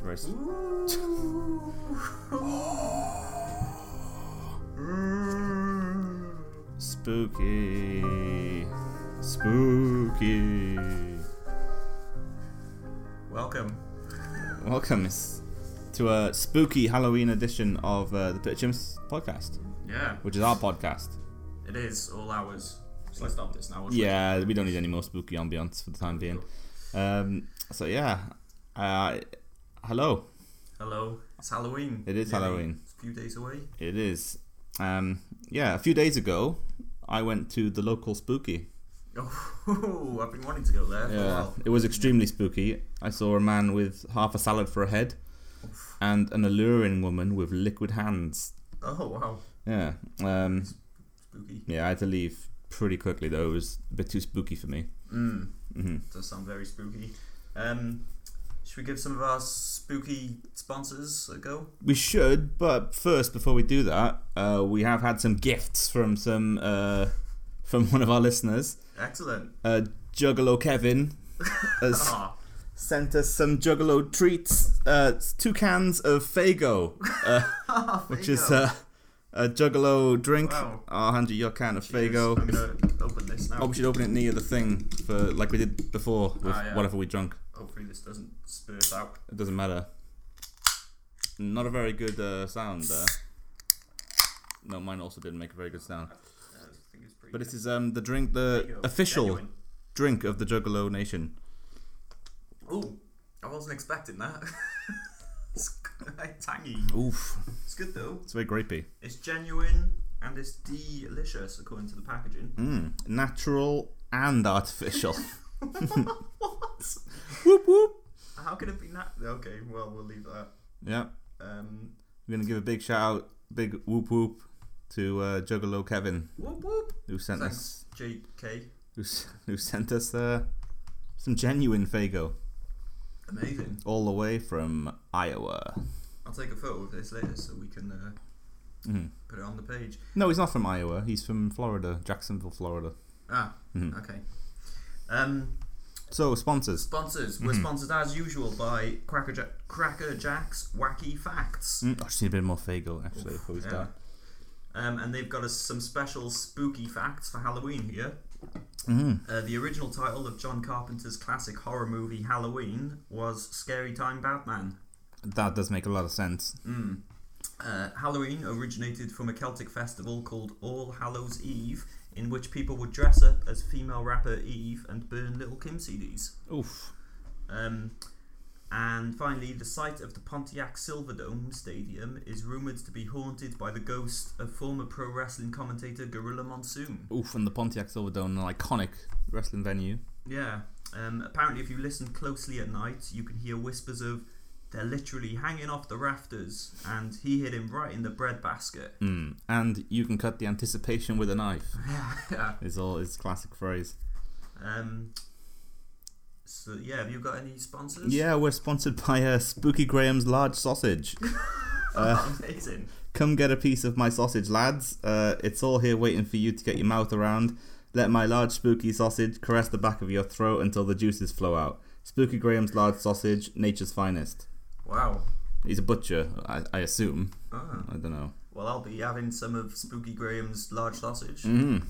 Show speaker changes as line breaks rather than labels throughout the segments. Christ. Spooky. Spooky.
Welcome.
Welcome s- to a spooky Halloween edition of uh, the Pitch Chimps podcast,
Yeah,
which is our podcast.
it is all hours. So I stop this now. wouldn't
Yeah, we don't need any more spooky ambiance for the time being. Um, so, yeah. Uh, hello.
we? Hello. It's Halloween.
It is
Nearly.
Halloween.
It's a few days away.
It is. Um, yeah, a few days ago, I went to the local spooky.
Oh, I've been wanting to go there. For a
Yeah,
while.
it was extremely spooky. I saw a man with half a salad for a head, and an alluring woman with liquid hands.
Oh wow,
Yeah, um,
spooky.
yeah. I had to leave pretty quickly though. It was a bit too spooky for me.
Mm,
hmm
does sound very spooky. Um, should we give some of our spooky sponsors a go?
We should, but first, before we do that, uh, we have had some gifts from some uh, from one of our listeners.
Excellent.
Uh, Juggalo Kevin has
Ah,
sent us some Juggalo treats. Uh, it's two cans of Fago. Uh,
there
which
you
is uh,
go.
a, a juggalo drink.
Wow.
I'll hand you your can of
Cheers. I'm
Fago.
gonna open this now.
Oh, we should open it near the thing for like we did before with
Ah, yeah.
whatever we drunk.
Hopefully this doesn't spurt out.
It doesn't matter. Not a very good uh, sound there. No, mine also didn't make a very good sound.
Uh, I think it's pretty
But
good.
this is um the drink, the
Fago.
official
Genuine.
drink of the Juggalo Nation.
Oh, I wasn't expecting that. it's quite tangy.
Oof,
It's good though.
it's very grapey.
It's genuine and it's delicious according to the packaging.
Mm, natural and artificial.
what?
whoop whoop.
How could it be that? Okay, well we'll leave that.
Yeah.
Um,
We're gonna give a big shout out, big whoop whoop, to uh, Juggalo Kevin
whoop whoop.
who sent us
Thanks, JK.
who, s- who sent us uh, some genuine Fago
Amazing.
all the way from Iowa.
I'll take a photo of this later so we can uh,
Mhm.
put it on the page.
No, he's not from Iowa. He's from Florida, Jacksonville, Florida.
Ah,
Mhm.
okay. Um,
So sponsors.
sponsors. We're
Mhm.
sponsored as usual by Cracker, ja- Cracker Jack's Wacky Facts.
Mm, I just need a bit more Fago actually before we
Yeah.
start.
Um, and they've got us some special spooky facts for Halloween here.
Mm.
Uh, the original title of John Carpenter's classic horror movie Halloween was Scary Time Batman.
That does make a lot of sense.
Mm. Uh, Halloween originated from a Celtic festival called All Hallows Eve, in which people would dress up as female rapper Eve and burn Little Kim CDs.
Oof.
Um, and finally, the site of the Pontiac Silverdome Stadium is rumoured to be haunted by the ghost of former pro wrestling commentator Gorilla Monsoon.
Oof, and the Pontiac Silverdome, an iconic wrestling venue.
Yeah. Um, apparently, if you listen closely at night, you can hear whispers of they're literally hanging off the rafters, and he hit him right in the breadbasket.
Mm. And you can cut the anticipation with a knife.
yeah.
Is all his classic phrase.
Um. So yeah, have you got any sponsors?
Yeah, we're sponsored by uh, Spooky Graham's Large Sausage.
Amazing.
Come get a piece of my sausage, lads. Uh, it's all here waiting for you to get your mouth around. Let my large spooky sausage caress the back of your throat until the juices flow out. Spooky Graham's large sausage, nature's finest.
Wow.
He's a butcher, I, I assume.
Ah.
I don't know.
Well, I'll be having some of Spooky Graham's large sausage.
Mm.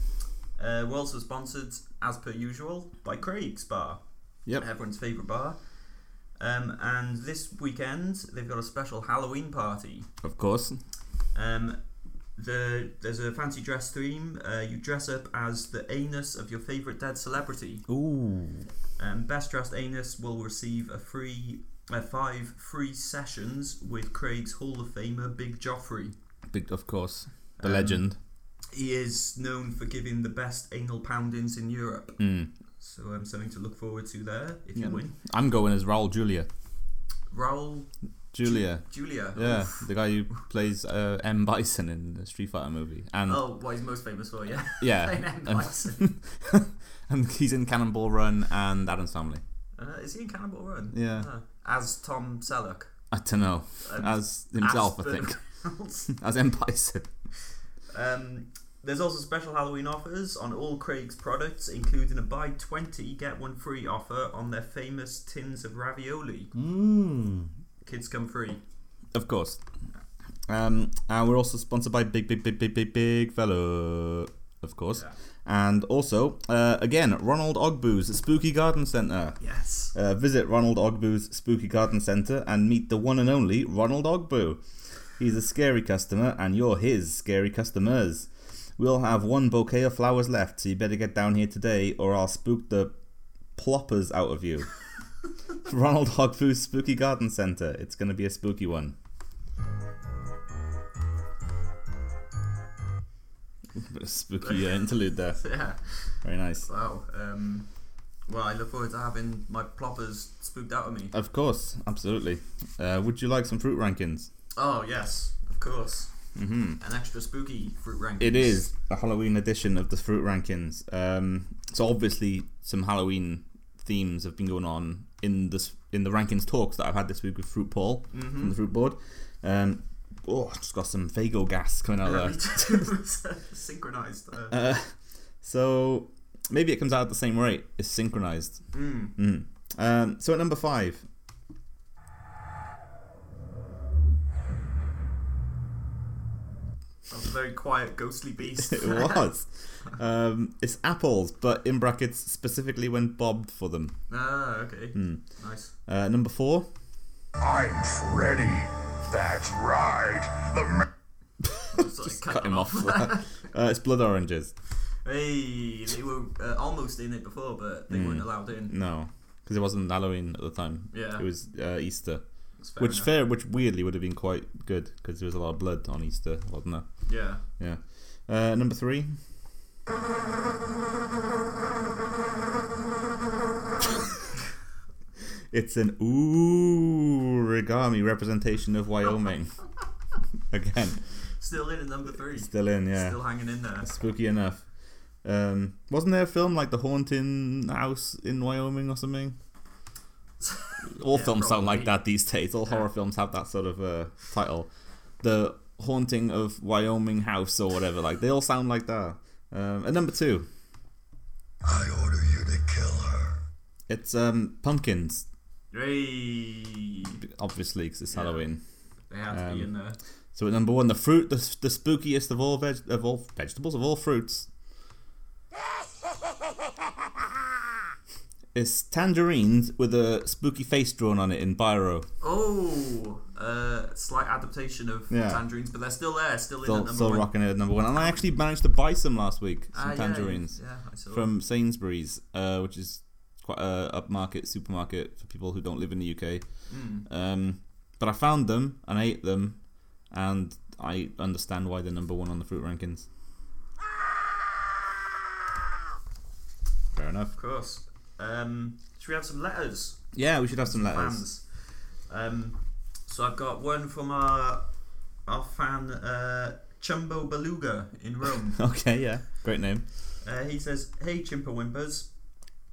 Uh, we're also sponsored, as per usual, by Craig's Bar.
Yep.
Everyone's favourite bar. Um, and this weekend, they've got a special Halloween party.
Of course.
Um, the There's a fancy dress theme. Uh, you dress up as the anus of your favourite dead celebrity.
Ooh.
Um, best dressed anus will receive a free. Uh, five free sessions with Craig's Hall of Famer Big Joffrey.
Big, of course. The
Um,
legend.
He is known for giving the best anal poundings in Europe.
Mm.
So um, something to look forward to there if
Yeah.
you win.
I'm going as Raul Julia.
Raul
Julia.
Julia.
Yeah, the guy who plays uh, M. Bison in the Street Fighter movie. And
Oh, what he's most famous for, yeah.
yeah,
Playing M.
and-
Bison.
and he's in Cannonball Run and Adam's Family.
uh, is he in Cannibal Run?
Yeah.
Uh, as Tom Selleck.
I don't know.
Um,
As himself, I
Aspen
think.
Reynolds.
As M. Bison.
um, there's also special Halloween offers on all Craig's products, including a buy 20, get one free offer on their famous tins of ravioli.
Mmm.
Kids come free.
Of course. Um, and we're also sponsored by Big, Big, Big, Big, Big, Big Fellow, of course.
Yeah.
And also, uh, again, Ronald Ogbu's Spooky Garden Centre.
Yes.
Uh, visit Ronald Ogbu's Spooky Garden Centre and meet the one and only Ronald Ogbu. He's a scary customer, and you're his scary customers. We'll have one bouquet of flowers left, so you better get down here today, or I'll spook the ploppers out of you. Ronald Ogbu's Spooky Garden Centre. It's going to be a spooky one. Bit of spooky uh, interlude there.
Yeah.
Very nice.
Wow. Um, well, I look forward to having my ploppers spooked out of me.
Of course, absolutely. Uh, would you like some fruit rankings?
Oh yes, of course.
Mm-hmm.
An extra spooky fruit rank.
It is a Halloween edition of the fruit rankings. Um, so obviously, some Halloween themes have been going on in this in the rankings talks that I've had this week with Fruit Paul from
Mm-hmm.
the Fruit Board. Um, oh, just got some Fago gas coming out of there.
Synchronized. Uh,
Uh, so maybe it comes out at the same rate. It's synchronized.
mm.
Mm. Um, so at number five.
That was a very quiet, ghostly beast.
it was. Um, it's apples, but in brackets specifically when bobbed for them.
ah, okay.
Hmm.
Nice.
Uh, number four.
I'm Freddy. That's right. The ma-
Just, like,
Cut him off. uh, it's blood oranges.
Hey, they were uh, almost in it before, but they
Hmm.
weren't allowed in.
No, because it wasn't Halloween at the time.
Yeah.
It was uh, Easter,
That's fair
which
enough.
fair, which weirdly would have been quite good because there was a lot of blood on Easter, wasn't there?
yeah.
Yeah. Uh, number three. it's an origami representation of Wyoming. Again,
Still in at number three.
still in, yeah.
Still hanging in there.
Spooky enough. Um, wasn't there a film like The Haunting House in Wyoming or something? All
Yeah,
films sound like
probably.
that these days. All horror films have that sort of uh, title. The Haunting of Wyoming House or whatever. Like they all sound like that. Um, and number two,
I order you to kill her.
it's um, pumpkins,
Hey,
obviously, because it's
Yeah.
Halloween.
they had to be
Um,
in there.
So at number one, the fruit, the, the spookiest of all veg, of all vegetables of all fruits, is tangerines with a spooky face drawn on it in biro.
Oh, uh, slight adaptation of
Yeah.
tangerines, but they're still there, still in at
Still,
number
still
one.
rocking it at number one. And I actually managed to buy some last week, some
Ah, yeah,
tangerines
Yeah, I saw.
from Sainsbury's, uh, which is quite a upmarket supermarket for people who don't live in the UK.
Mm.
Um, but I found them and I ate them, and I understand why they're number one on the fruit rankings. Fair enough.
Of course. Um, should we have some letters?
Yeah, we should have some letters.
Fans. Um, so I've got one from our our fan uh, Chumbo Beluga in Rome.
Okay, yeah, great name.
uh, he says, "Hey Chimperwimpers,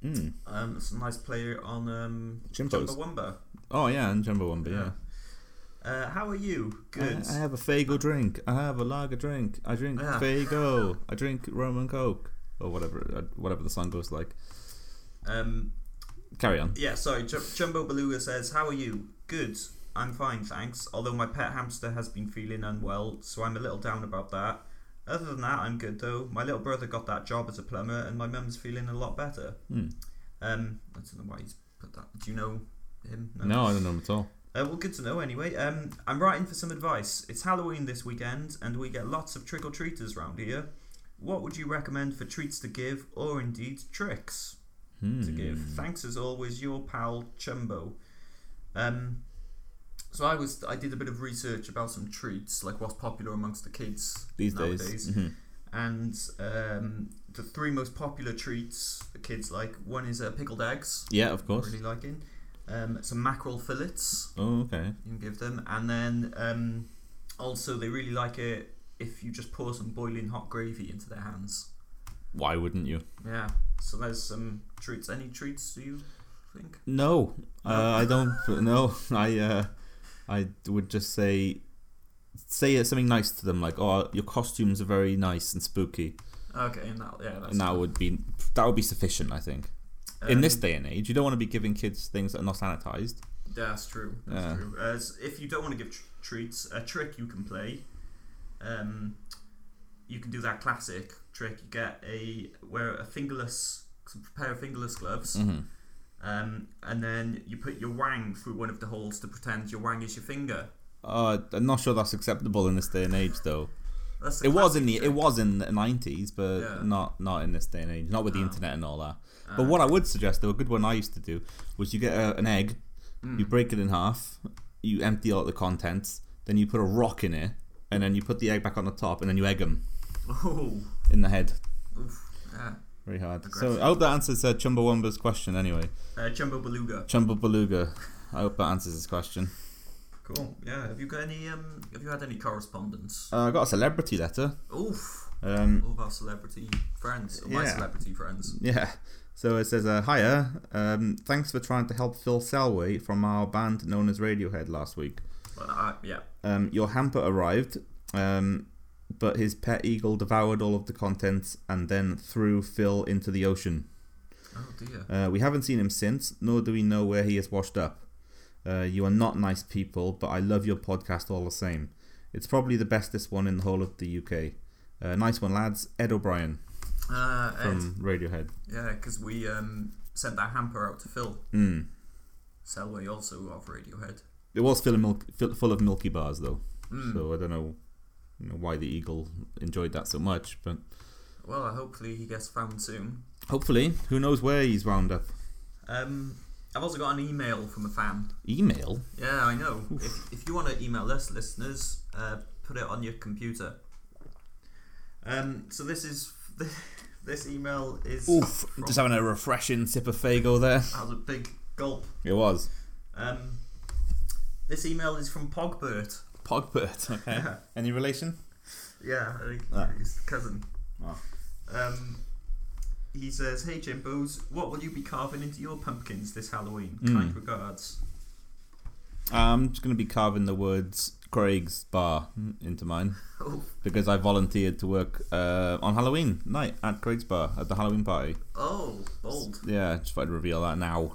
Mm.
um, it's a nice player on um,
Chimpos.
Chumbawamba.
Oh yeah, and Jumbo Wumba, yeah.
Uh, how are you? Good.
I, I have a Fago drink. I have a lager drink. I drink
Yeah.
Fago. I drink rum and coke, or whatever, uh, whatever the song goes like.
Um,
Carry on.
yeah, sorry. Ch- Chumbo Beluga says, "How are you? Good. I'm fine, thanks. Although my pet hamster has been feeling unwell, so I'm a little down about that." Other than that, I'm good though. My little brother got that job as a plumber, and my mum's feeling a lot better.
Hmm.
Um, I don't know why he's put that. Do you know him?
No, I don't know him at all.
Uh, well, good to know anyway. Um, I'm writing for some advice. It's Halloween this weekend, and we get lots of trick or treaters round here. What would you recommend for treats to give, or indeed tricks
Hmm.
to give? Thanks as always, your pal Chumbo. Um, so I was I did a bit of research about some treats, like what's popular amongst the kids
These
nowadays
days. Mhm.
and um, the three most popular treats the kids like one is uh, pickled eggs
Yeah, of course.
really liking um, some mackerel fillets
Oh, okay.
you can give them and then um, also they really like it if you just pour some boiling hot gravy into their hands
Why wouldn't you?
yeah so there's some treats any treats do you think
No, uh, I don't. no, I uh, I would just say say uh, something nice to them, like, "Oh, your costumes are very nice and spooky,"
okay and that yeah that's
and that would be Um, that would be sufficient, I think. In this day and age, you don't want to be giving kids things that are not sanitized.
That's true. That's
Yeah.
true. Uh, s- if you don't want to give tr- treats, a trick you can play, um, you can do that classic trick. You get a wear a fingerless pair of fingerless gloves,
Mm-hmm.
um, and then you put your wang through one of the holes to pretend your wang is your finger.
Uh, I'm not sure that's acceptable in this day and age, though.
That's the
It was
classic
in the
trick.
it was in the 90s, but
Yeah. Ah.
not not in this day and age, not with the
No.
internet and all that.
Uh,
But what I would suggest, though, a good one I used to do was you get a, an egg,
Hmm.
you break it in half, you empty out the contents, then you put a rock in it, and then you put the egg back on the top, and then you egg them
Oh,
in the head.
oof, yeah.
Very hard. So
Aggressive.
I hope that answers uh, Chumbawamba's question. Anyway,
uh, Jumbo Beluga.
Chumbabaluga. I hope that answers his question.
Cool. Yeah. Have you got any? Um, have you had any correspondence?
Uh, I got a celebrity letter.
Oof.
Um,
All of our celebrity friends, or my
Yeah.
celebrity friends.
Yeah. So it says, uh, "Hiya, um, thanks for trying to help Phil Selway from our band known as Radiohead last week.
Well, uh, yeah.
Um, your hamper arrived, um, but his pet eagle devoured all of the contents and then threw Phil into the ocean.
Oh dear.
Uh, we haven't seen him since, nor do we know where he is washed up. Uh, you are not nice people, but I love your podcast all the same. It's probably the bestest one in the whole of the UK. Uh, nice one, lads. Ed O'Brien
Uh, Ed,
from Radiohead.
yeah, because we um, sent that hamper out to Phil
Mm.
Selway, also of Radiohead.
It was full of, milk, full full of Milky Bars, though.
Mm.
So I don't know, you know why the eagle enjoyed that so much, but
Well, uh, hopefully he gets found soon.
hopefully, who knows where he's wound up?
Um, I've also got an email from a fan.
Email.
Yeah, I know. If, if you want to email us, listeners, uh, put it on your computer. Um, so this is this email is
Oof!
from-
Just having a refreshing sip of Fago there.
that was a big gulp.
It was
Um, this email is from Pogbert.
Pogbert. Okay. Any relation?
Yeah, I think
Ah.
his cousin.
Oh.
Um, he says, "Hey Jimbos, what will you be carving into your pumpkins this Halloween?
Mm.
Kind regards."
I'm just gonna be carving the words Craig's Bar into mine
Oh,
because I volunteered to work uh, on Halloween night at Craig's Bar at the Halloween party.
oh, bold.
Yeah, just thought I'd reveal that now.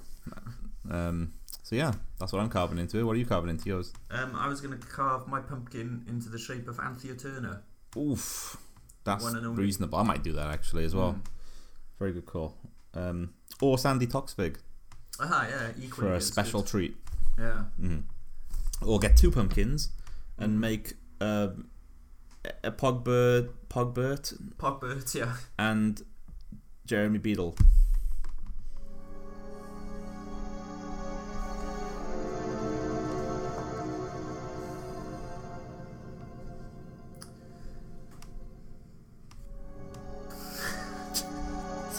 Um, so yeah, that's what I'm carving into. What are you carving into yours?
Um, I was going to carve my pumpkin into the shape of Anthea Turner.
Oof, that's
One and only. Mm.
reasonable. I might do that actually as well. Very good call. Um, or Sandy Toxvig
Ah, yeah, equally
for a
as
special treat.
good. Yeah.
Mhm. Or get two pumpkins and
Mm.
make um, a- a Pogbert, Pogbert,
Pogbert, yeah.
and Jeremy Beadle.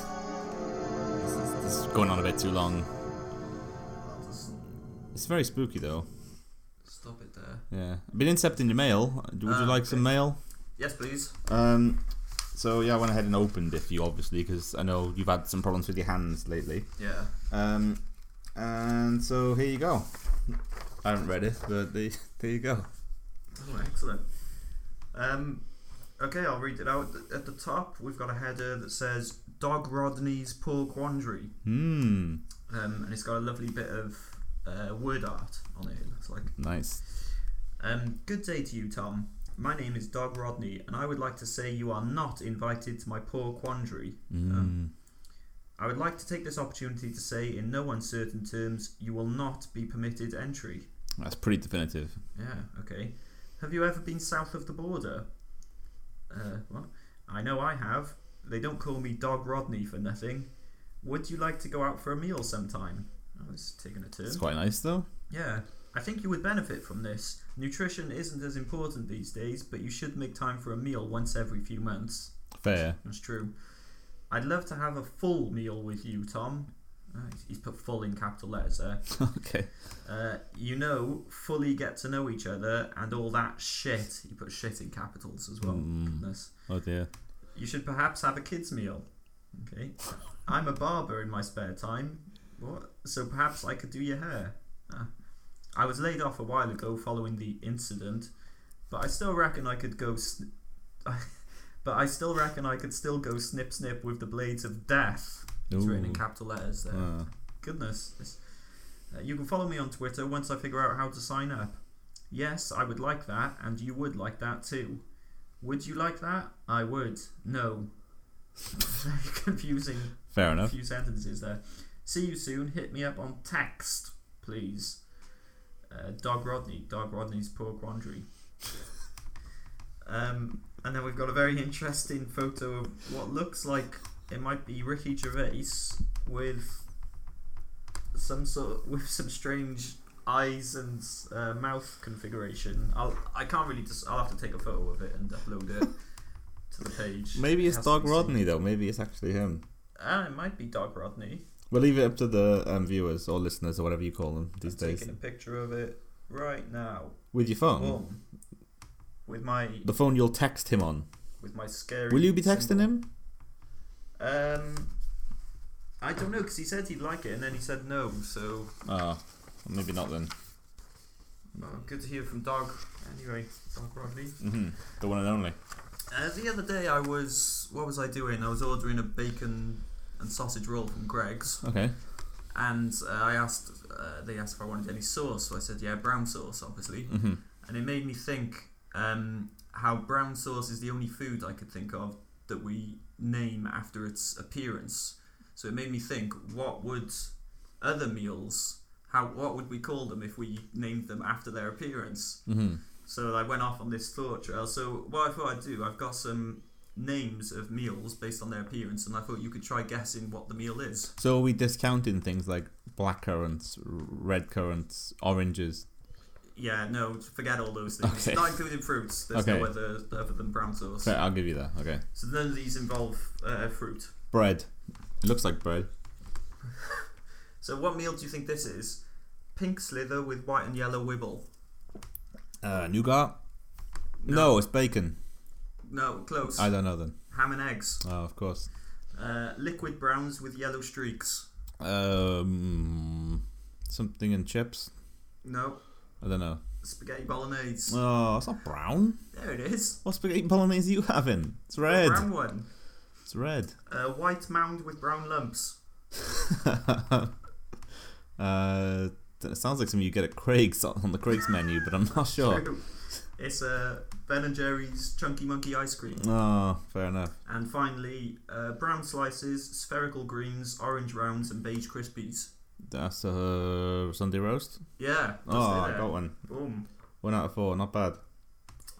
this, is, this is going on a bit too long.
I'll just
It's very spooky though.
stop it there.
Yeah, I've been intercepting your mail. Would you
Ah,
like some mail?
Yes, please.
Um, so yeah, I went ahead and opened it for you, obviously, because I know you've had some problems with your hands lately.
Yeah.
Um, and so here you go. I haven't read it, but there, there you go.
Oh, excellent. Um, okay, I'll read it out. At the top, we've got a header that says Dog Rodney's Poor Quandary.
Hmm,
Um, and it's got a lovely bit of uh, word art on it, it looks like.
nice.
Um, good day to you, Tom. My name is Dog Rodney, and I would like to say you are not invited to my poor quandary.
Mm.
I would like to take this opportunity to say, in no uncertain terms, you will not be permitted entry.
That's pretty definitive.
Yeah, okay. Have you ever been south of the border? Uh, what? I know I have. They don't call me Dog Rodney for nothing. Would you like to go out for a meal sometime? I was taking a turn.
It's quite nice though.
Yeah, I think you would benefit from this. Nutrition isn't as important these days, but you should make time for a meal once every few months.
Fair.
That's true. I'd love to have a full meal with you, Tom. Uh, he's- He's put full in capital letters there.
okay.
Uh, you know, fully get to know each other and all that shit. He put shit in capitals as well.
Mm.
Goodness.
Oh dear.
You should perhaps have a kids' meal. Okay. I'm a barber in my spare time. What? So perhaps I could do your hair. Ah. I was laid off a while ago following the incident, but I still reckon I could go. Sn- but I still reckon I could still go snip snip with the blades of death. It's written in
Ooh.
capital letters there.
Uh,
Goodness. This- Uh, you can follow me on Twitter once I figure out how to sign up. Yes, I would like that, and you would like that too. Would you like that? I would. No. Very confusing
Fair enough.
few sentences there. See you soon. Hit me up on text, please. Uh, Dog Rodney. Dog Rodney's poor quandary. um, and then we've got a very interesting photo of what looks like it might be Ricky Gervais with some sort with some strange eyes and uh, mouth configuration. I'll I can't really just I'll have to take a photo of it and upload it to the page.
Maybe it's
It has to
Dog
be seen.
Rodney though. Maybe it's actually him.
Ah, it might be Dog Rodney.
We'll leave it up to the um, viewers or listeners or whatever you call them these
I'm
days.
Taking a picture of it right now.
With your phone,
Boom. With my
the phone you'll text him on.
with my scary.
Will you be texting
symbol.
him?
Um, I don't know because he said he'd like it and then he said no. So
Oh, maybe not then.
oh, good to hear from Dog. Anyway, Dog Rodney.
Mm-hmm. The one and only.
Uh, the other day I was what was I doing? I was ordering a bacon and sausage roll from Greg's.
Okay.
and uh, I asked, uh, they asked if I wanted any sauce. So I said, yeah, brown sauce, obviously.
Mhm.
And it made me think um, how brown sauce is the only food I could think of that we name after its appearance. So it made me think, what would other meals, how what would we call them if we named them after their appearance?
Mm-hmm.
So I went off on this thought trail. So what I thought I'd do, I've got some names of meals based on their appearance, and I thought you could try guessing what the meal is.
So are we discounting things like black currants, r- red currants, oranges?
Yeah, no, forget all those things.
Okay.
Not including fruits. There's no
Okay.
other other than brown sauce.
Fair, I'll give you that. Okay.
So none of these involve uh, fruit.
Bread. It looks like bread.
So what meal do you think this is? Pink slither with white and yellow wibble.
Uh, nougat. No. it's bacon.
No, close.
I don't know then.
Ham and eggs.
Oh, of course.
Uh, liquid browns with yellow streaks.
Um, something in chips.
No.
I don't know.
Spaghetti bolognese.
Oh, it's not brown.
there it is.
What spaghetti bolognese are you having? It's red.
Brown one.
It's red.
Uh, white mound with brown lumps.
uh, it sounds like something you get at Craig's on the Craig's menu, but I'm not sure.
True. It's uh, Ben and Jerry's Chunky Monkey ice cream.
Oh, fair enough.
And finally, uh, brown slices, spherical greens, orange rounds, and beige crispies.
That's a uh, Sunday roast.
Yeah. that's
oh,
it
I
there.
got one.
Boom.
One out of four. Not bad.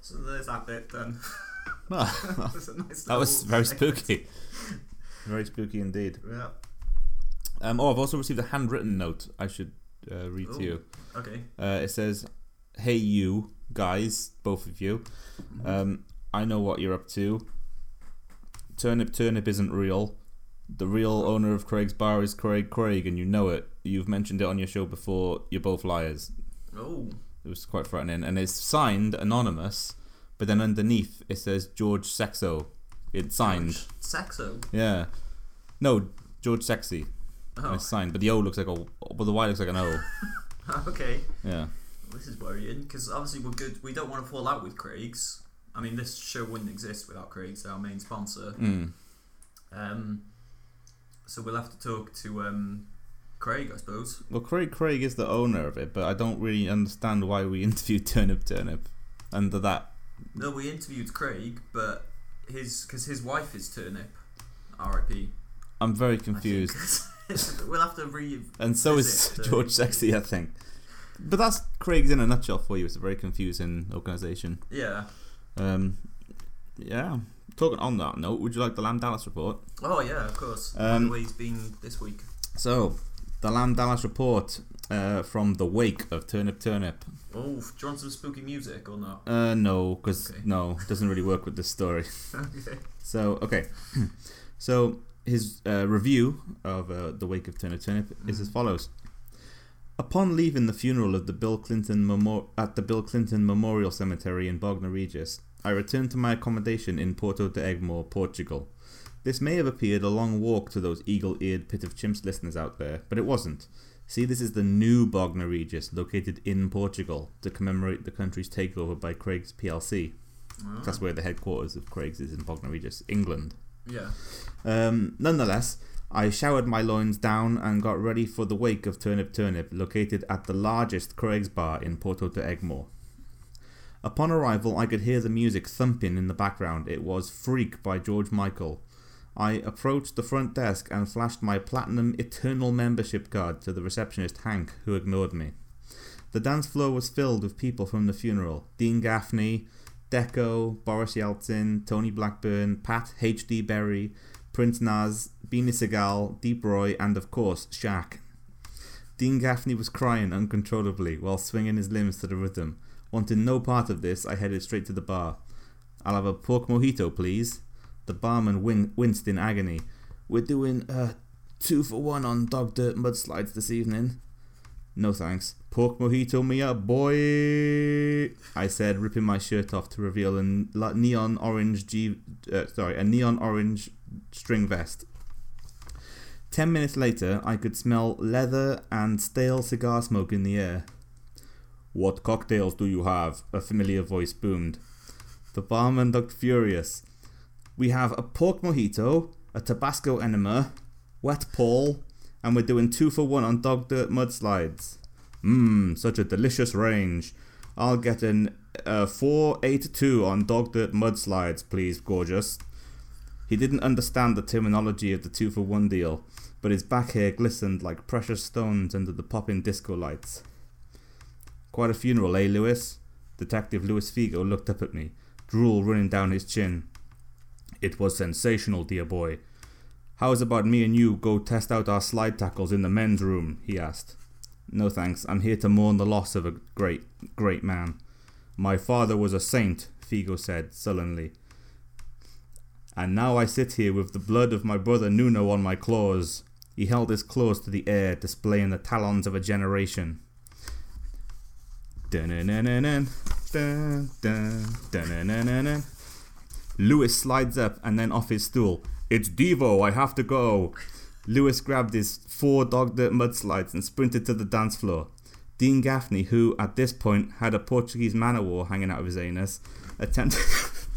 So there's that bit done.
Ah,
That's a nice
that was
little
very
segment.
spooky. very spooky indeed.
Yeah.
Um, oh, I've also received a handwritten note. I should uh, read
Ooh.
to you.
Okay.
Uh, it says, "Hey you guys, both of you. Um, I know what you're up to. Turnip Turnip isn't real. The real owner of Craig's Bar is Craig Craig, and you know it. You've mentioned it on your show before. You're both liars.
Oh.
It was quite frightening, and it's signed anonymous, but then underneath it says George Sexo. It's signed.
Saxo.
Yeah. No, George Sexy. And
Oh.
it's signed, but the O looks like a, but the Y looks like an O.
Okay.
Yeah.
This is worrying because obviously we're good. We don't want to fall out with Craig's. I mean, this show wouldn't exist without Craig's, our main sponsor.
Mm.
Um. So we'll have to talk to um, Craig, I suppose.
Well, Craig Craig is the owner of it, but I don't really understand why we interviewed Turnip Turnip under that.
No, we interviewed Craig, but his because his wife is Turnip, R.I.P.
I'm very
I think.
confused.
we'll have to re.
And so is
Is it?
George Sexy, I think. But that's Craig's in a nutshell for you. It's a very confusing organisation.
Yeah.
Um, yeah. Talking on that note, would you like the Lamb Dallas report?
Oh yeah, of course.
Um,
the way he's been this week.
So, the Lamb Dallas report uh, from the wake of Turnip Turnip.
Oh, do you want some spooky music or not?
Uh, no, because
Okay.
no, it doesn't really work with this story.
okay.
So okay, so his uh, review of uh, the wake of Turnip Turnip is as follows: Upon leaving the funeral of the Bill Clinton Memo- at the Bill Clinton Memorial Cemetery in Bognor Regis, I returned to my accommodation in Porto de Egmore, Portugal. This may have appeared a long walk to those eagle-eared pit of chimps listeners out there, but it wasn't. See, this is the new Bognor Regis, located in Portugal, to commemorate the country's takeover by Craig's PLC.
Oh,
That's where the headquarters of Craig's is in Bognor Regis, England.
yeah.
Um, nonetheless, I showered my loins down and got ready for the wake of Turnip Turnip, located at the largest Craig's bar in Porto de Egmore. Upon arrival, I could hear the music thumping in the background. It was Freak by George Michael. I approached the front desk and flashed my platinum eternal membership card to the receptionist Hank, who ignored me. The dance floor was filled with people from the funeral Dean Gaffney, Deco, Boris Yeltsin, Tony Blackburn, Pat H.D. Berry, Prince Naz, Beanie Segal, Deep Roy, and of course, Shaq. Dean Gaffney was crying uncontrollably while swinging his limbs to the rhythm. Wanting no part of this, I headed straight to the bar. I'll have a pork mojito, please. The barman win- winced in agony. We're doing uh, two for one on dog dirt mudslides this evening. No thanks. Pork mojito me up, boy! I said, ripping my shirt off to reveal a n- la- neon orange G- uh, sorry, a neon orange string vest. Ten minutes later, I could smell leather and stale cigar smoke in the air. What cocktails do you have? A familiar voice boomed. The barman looked furious. We have a pork mojito, a Tabasco enema, wet Paul, and we're doing two for one on dog dirt mudslides. Mmm, such a delicious range. I'll get an uh, 482 on dog dirt mudslides, please, gorgeous. He didn't understand the terminology of the two for one deal, but his back hair glistened like precious stones under the popping disco lights. Quite a funeral, eh, Lewis? Detective Louis Figo looked up at me, drool running down his chin. It was sensational, dear boy. How's about me and you go test out our slide tackles in the men's room? he asked. No thanks, I'm here to mourn the loss of a great, great man. My father was a saint, Figo said sullenly. And now I sit here with the blood of my brother Nuno on my claws. He held his claws to the air, displaying the talons of a generation. Dun-dun-dun-dun-dun, dun, dun, dun-dun-dun-dun-dun. Lewis slides up and then off his stool. It's Devo, I have to go. Lewis grabbed his four dog dirt mudslides and sprinted to the dance floor. Dean Gaffney, who at this point had a Portuguese man o' war hanging out of his anus, attempted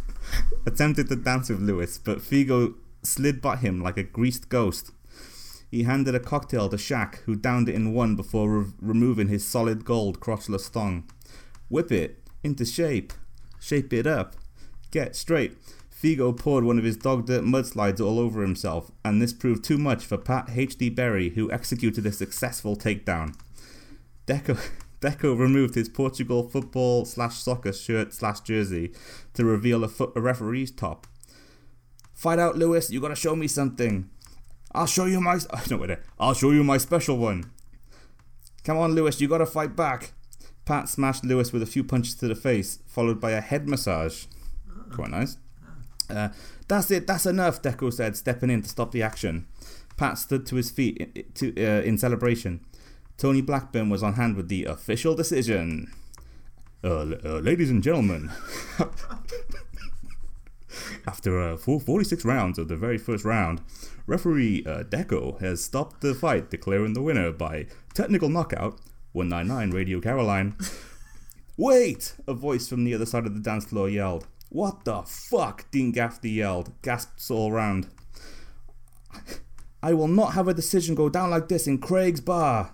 attempted to dance with Lewis, but Figo slid by him like a greased ghost. He handed a cocktail to Shaq, who downed it in one before re- removing his solid gold crotchless thong. Whip it into shape, shape it up, get straight. Figo poured one of his dog dirt mudslides all over himself, and this proved too much for Pat H.D. Berry, who executed a successful takedown. Deco Deco removed his Portugal football slash soccer shirt slash jersey to reveal a, fo- a referee's top. Fight out, Lewis! You gotta show me something. I'll show you my. No wait, a- I'll show you my special one. Come on, Lewis! You gotta fight back. Pat smashed Lewis with a few punches to the face, followed by a head massage. Quite nice. Uh, that's it. That's enough. Deco said, stepping in to stop the action. Pat stood to his feet i- i- to, uh, in celebration. Tony Blackburn was on hand with the official decision. Uh, l- uh, ladies and gentlemen, after uh, four- 46 rounds of the very first round, referee uh, Deco has stopped the fight, declaring the winner by technical knockout 199 Radio Caroline. Wait! A voice from the other side of the dance floor yelled. What the fuck? Dean Gaffney yelled, gasps all round. I will not have a decision go down like this in Craig's bar.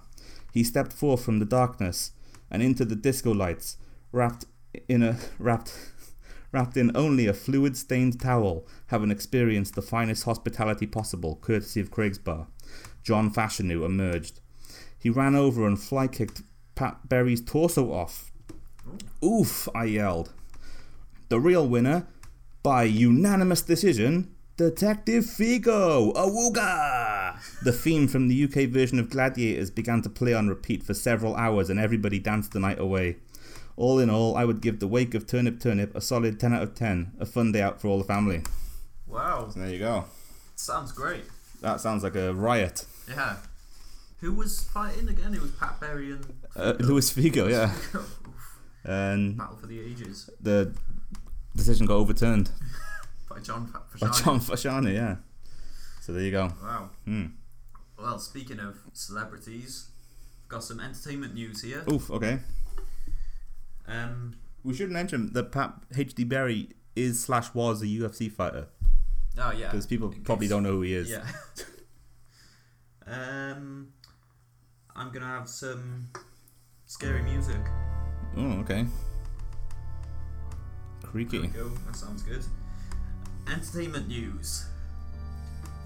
He stepped forth from the darkness and into the disco lights, wrapped in a wrapped wrapped in only a fluid stained towel, having experienced the finest hospitality possible, courtesy of Craig's bar. John Fashanu emerged. He ran over and fly kicked Pat Berry's torso off. Oof, I yelled. The real winner, by unanimous decision, Detective Figo! Awooga! The theme from the UK version of Gladiators began to play on repeat for several hours and everybody danced the night away. All in all, I would give The Wake of Turnip Turnip a solid 10 out of 10. A fun day out for all the family.
Wow,
There you go.
sounds great.
That sounds like a riot.
Yeah. Who was fighting again? It was Pat Berry and
Uh, Luis Figo, yeah. And
Battle for the Ages
the decision got overturned
by John Fa-
by
Frusciante.
John Fashani, yeah. So there you go.
Wow.
Hmm.
Well, speaking of celebrities, got some entertainment news here.
Oof, okay.
Um,
We should mention that Pat H.D. Berry is slash was a UFC fighter
oh yeah,
because people
In
probably
case-
don't know who he is.
Yeah. Um, I'm gonna have some scary music.
Oh, okay.
There we
Creaky.
go. That sounds good. Entertainment news.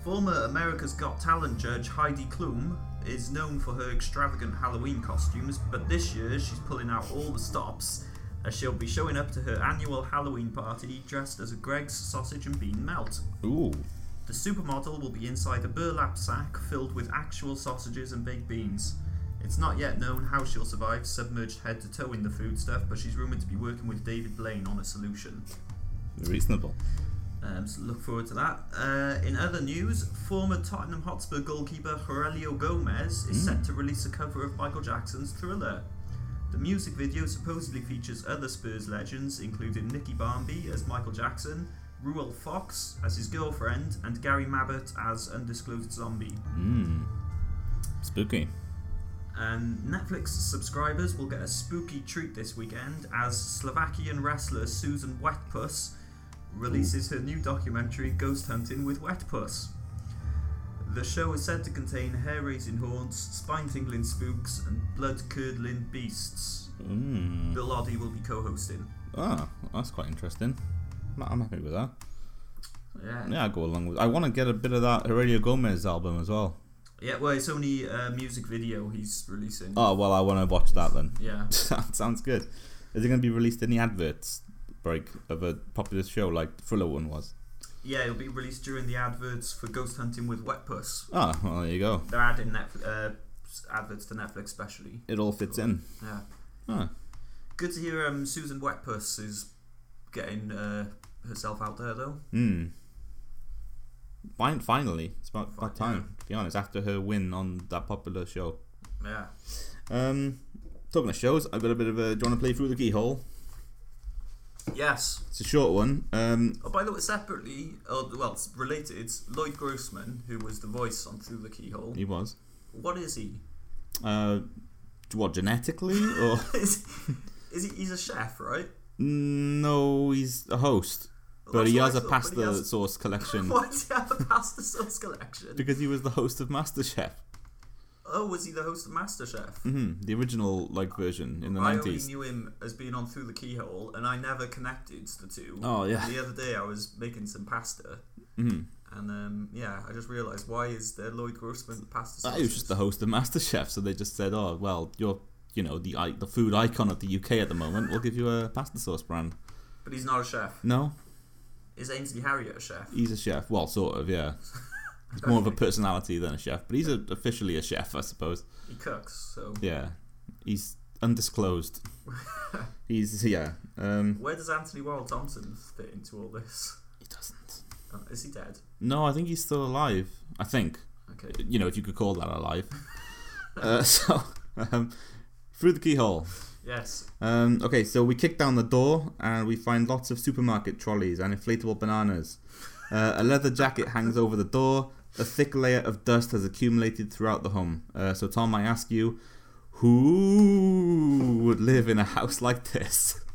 Former America's Got Talent judge Heidi Klum is known for her extravagant Halloween costumes, but this year she's pulling out all the stops as she'll be showing up to her annual Halloween party dressed as a Greg's sausage and bean melt.
Ooh.
The supermodel will be inside a burlap sack filled with actual sausages and baked beans. It's not yet known how she'll survive submerged head to toe in the food stuff, but she's rumoured to be working with David Blaine on a solution.
Reasonable.
Um, so look forward to that. Uh, in other news, former Tottenham Hotspur goalkeeper Aurelio Gomez is set to release a cover of Michael Jackson's Thriller. The music video supposedly features other Spurs legends, including Nicky Barmby as Michael Jackson, Ruel Fox as his girlfriend, and Gary Mabbott as Undisclosed Zombie.
Mmm. Spooky.
And Netflix subscribers will get a spooky treat this weekend as Slovakian wrestler Susan Wetpuss releases her new documentary Ghost Hunting with Wetpuss. The show is said to contain hair raising haunts, spine tingling spooks, and blood curdling beasts.
Mmm.
Bill Oddie will be co hosting.
Ah, that's quite interesting. I'm- I'm happy with that.
Yeah.
Yeah, I'll go along with I want to get a bit of that Heredia Gomez album as well.
Yeah, well, it's only a music video he's releasing.
Oh, well, I want to watch that then.
Yeah.
that sounds good. Is it going to be released any adverts break of a popular show like the Thriller one was?
Yeah, it'll be released during the adverts for Ghost Hunting with Wetpuss.
Ah, well, there you go.
They're adding Netflix, uh, adverts to Netflix, specially.
It all fits in.
Yeah.
Ah,
Good to hear um, Susan Wetpuss is getting uh, herself out there, though.
hmm. Fin- finally, it's about,
Fin-
about time, to be honest, after her win on that popular show.
Yeah.
Um, talking of shows, I've got a bit of a. Do you want to play through the keyhole?
Yes.
It's a short one. Um,
Oh, by the way, separately, oh, well, it's related, Lloyd Grossman, who was the voice on Through the Keyhole,
he was.
what is he?
Uh, what, genetically? Or.
is, is he? He's a chef, right?
No, he's a host,
Well,
but
that's
he
what
has
I
a
thought, but he
pasta
has-
sauce collection
Why does he have a pasta sauce collection?
because he was the host of MasterChef.
Oh, was he the host of MasterChef?
Mm, the original like version in the
I only
nineties.
knew him as being on Through the Keyhole, and I never connected the two.
Oh, yeah.
The other day, I was making some pasta,
Mm.
and um, yeah, I just realised why is there Lloyd Grossman pasta sauce?
He was just the host of MasterChef, so they just said, "Oh, well, you're." You know the i- the food icon of the UK at the moment. We'll give you a pasta sauce brand.
But he's not a chef.
No,
Is Ainsley Harriott a chef?
he's a chef. Well, sort of, yeah. He's more of a personality than a chef, but he's a, officially a chef, I suppose.
He cooks, so
Yeah, he's undisclosed. he's yeah. Um,
where does Anthony Warren Thompson fit into all this?
he doesn't.
Uh, Is he dead?
No, I think he's still alive. I think.
Okay.
you know, if you could call that alive. uh, so, um, through the keyhole.
Yes.
Um, okay, so we kick down the door and we find lots of supermarket trolleys and inflatable bananas. Uh, a leather jacket hangs over the door. A thick layer of dust has accumulated throughout the home. Uh, so, Tom, I ask you, who would live in a house like this?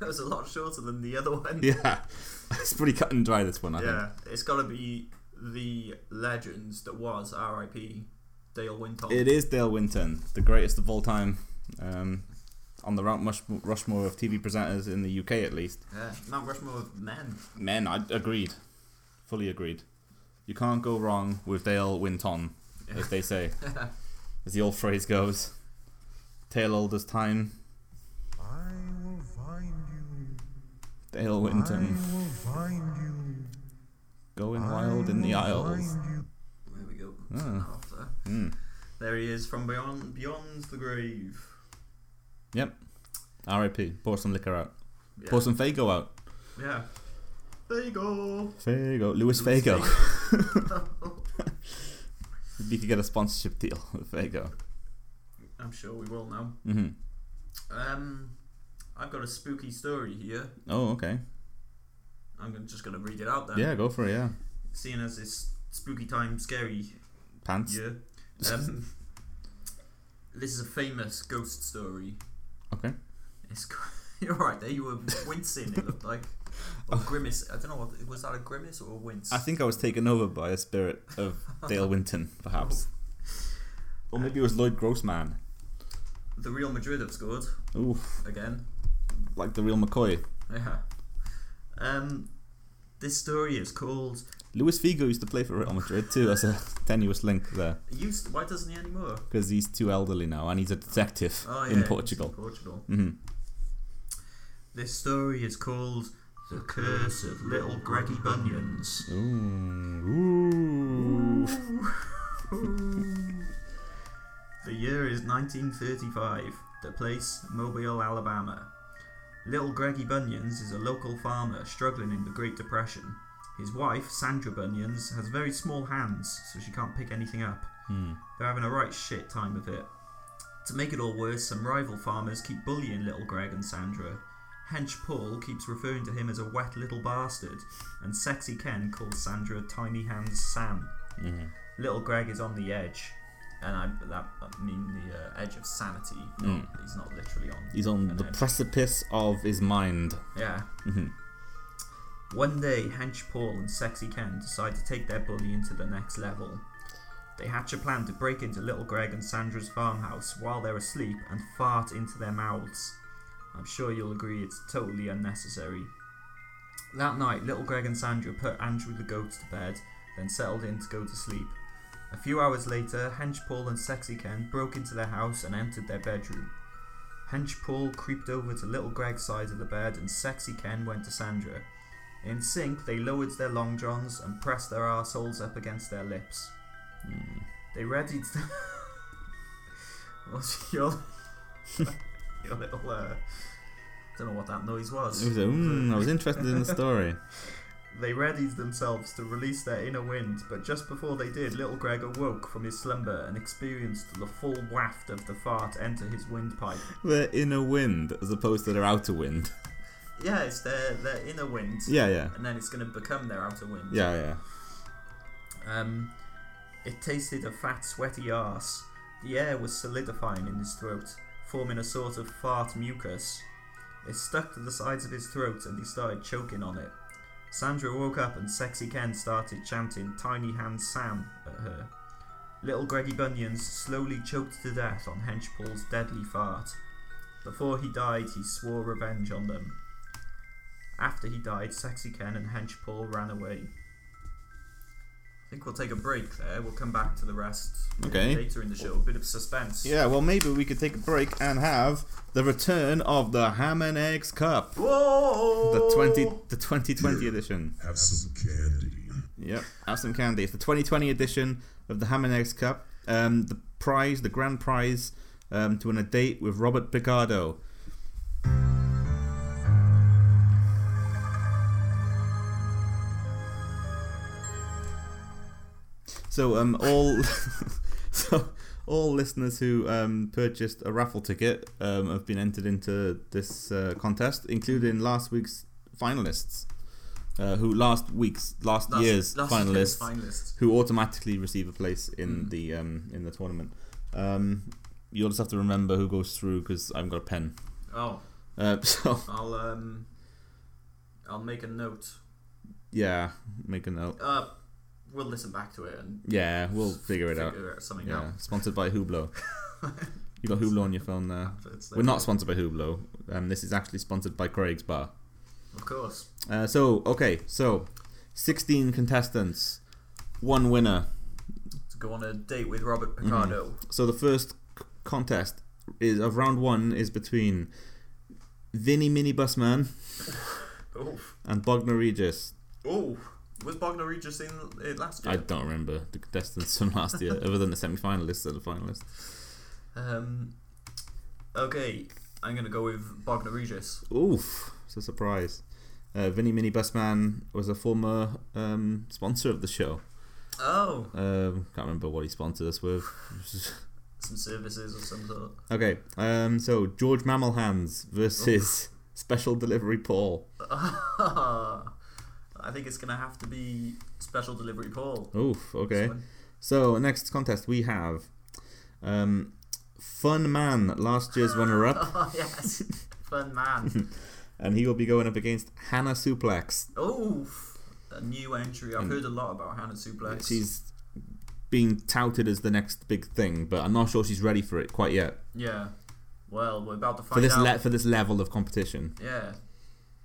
That was a lot shorter than the other one.
yeah, it's pretty cut and dry, this one, I think.
Yeah, it's got to be the legends that was R.I.P. Dale Winton.
It is Dale Winton, the greatest of all time, um, on the Mount Rush- Rushmore of TV presenters in the UK, at least.
Yeah, Mount Rushmore of men.
Men, I agreed, fully agreed. You can't go wrong with Dale Winton, as they say, as the old phrase goes. Tale old as time,
I will find you.
Dale
I
Winton,
will find you.
going wild in the
I will
aisles.
find you.
There we go.
Ah.
Off there.
Mm.
There he is from beyond beyond the grave.
Yep. R.I.P. Pour some liquor out.
Yeah.
Pour some Fago out.
yeah. There you go.
Fago, Louis Fago. You could get a sponsorship deal with Fago.
I'm sure we will now.
hmm
Um, I've got a spooky story here.
Oh, okay.
I'm gonna, just going to read it out then.
Yeah, go for it. Yeah.
Seeing as it's spooky time, scary
Pants.
year. Um, this is a famous ghost story.
Okay.
It's qu- you're right there. You were wincing. It looked like or grimace. I don't know what was that a grimace or a wince?
I think I was taken over by a spirit of Dale Winton, perhaps. Or maybe it was Lloyd Grossman.
The Real Madrid have scored
Oof,
again.
like the real McCoy.
Yeah. Um, this story is called.
Luis Figo used to play for Real Madrid too. That's a tenuous link there
Used. Why doesn't he anymore?
because he's too elderly now and he's a detective
Oh, yeah,
in
it's
Portugal.
In Portugal.
Mhm.
This story is called "The Curse of Little Greggy Bunions."
Ooh, ooh.
The year is 1935. The place, Mobile, Alabama. Little Greggy Bunions is a local farmer struggling in the Great Depression. His wife, Sandra Bunions, has very small hands, so she can't pick anything up.
Hmm.
They're having a right shit time of it. To make it all worse, some rival farmers keep bullying little Greg and Sandra. Hench Paul keeps referring to him as a wet little bastard, and Sexy Ken calls Sandra Tiny Hands Sam.
Mhm.
Little Greg is on the edge, and I, that, I mean the uh, edge of sanity. not- He's not literally on.
He's on
an
the
edge.
precipice of his mind.
Yeah.
Mhm.
One day, Hench Paul and Sexy Ken decide to take their bullying to the next level. They hatch a plan to break into Little Greg and Sandra's farmhouse while they're asleep and fart into their mouths. I'm sure you'll agree it's totally unnecessary. That night, Little Greg and Sandra put Andrew the goat to bed, then settled in to go to sleep. A few hours later, Hench Paul and Sexy Ken broke into their house and entered their bedroom. Hench Paul creeped over to little Greg's side of the bed and sexy Ken went to Sandra. In sync, they lowered their long johns and pressed their arseholes up against their lips.
Hmm.
They readied. What's your. your little. Uh... don't know what that noise was.
It was a, mm, I was interested in the story.
They readied themselves to release their inner wind, but just before they did, little Greg awoke from his slumber and experienced the full waft of the fart enter his windpipe.
They're inner wind as opposed to their outer wind.
Yeah, it's their, their inner wind.
Yeah, yeah.
and then it's going to become their outer wind.
Yeah, yeah.
Um, it tasted of fat, sweaty arse. The air was solidifying in his throat, forming a sort of fart mucus. It stuck to the sides of his throat and he started choking on it. Sandra woke up and Sexy Ken started chanting Tiny Hand Sam at her. Little Greggy Bunions slowly choked to death on Hench Paul's deadly fart. Before he died, he swore revenge on them. After he died, Sexy Ken and Hench Paul ran away. I think we'll take a break there. We'll come back to the rest
Okay.
later in the show. A bit of suspense.
Yeah, well, maybe we could take a break and have the return of the Ham and Eggs Cup,
Whoa!
the twenty, the 2020 edition.
Have some candy.
Yep, have some candy. It's the 2020 edition of the Ham and Eggs Cup. Um, the prize, the grand prize, um, to win a date with Robert Picardo. So um, all so all listeners who um, purchased a raffle ticket um, have been entered into this uh, contest, including last week's finalists, uh, who last week's last,
Last-
year's
last year's
finalists,
finalists.
who automatically receive a place in the um, in the tournament. Um, you'll just have to remember who goes through because I've got a pen.
Oh,
Uh, so
I'll um, I'll make a note.
yeah, make a note.
Uh, we'll listen back to it and
Yeah, we'll figure it out.
figure out something
Yeah,
out.
sponsored by Hublot. you got Hublot on your phone there.
It's
We're not sponsored by Hublot. Um, this is actually sponsored by Craig's Bar.
of course.
Uh, so okay, so sixteen contestants, one winner.
To go on a date with Robert
Mm-hmm.
Picardo.
So the first c- contest is of round one is between Vinny Minibusman
Oof.
and Bogner Regis.
Oh, was Bogner Regis in it last
I
year?
don't remember the contestants from last year, other than the semi-finalists and the finalists.
Um, okay, I'm gonna go with Bogner Regis.
Oof, it's a surprise. Uh, Vinny Minibusman was a former um, sponsor of the show.
Oh,
Um, can't remember what he sponsored us with.
some services of some sort.
okay, um, so George Mammal Hands versus Special Delivery Paul.
I think it's gonna have to be special delivery Paul.
Oof, okay.
This one.
So next contest we have um, Fun Man, last year's runner-up,
Oh yes, fun man.
and he will be going up against Hannah Suplex. Mm.
Oof, a new entry. I've heard a lot about Hannah Suplex.
She's being touted as the next big thing, but I'm not sure she's ready for it quite yet.
Yeah. Well, we're about to find
For this
out.
le- for this level of competition,
yeah.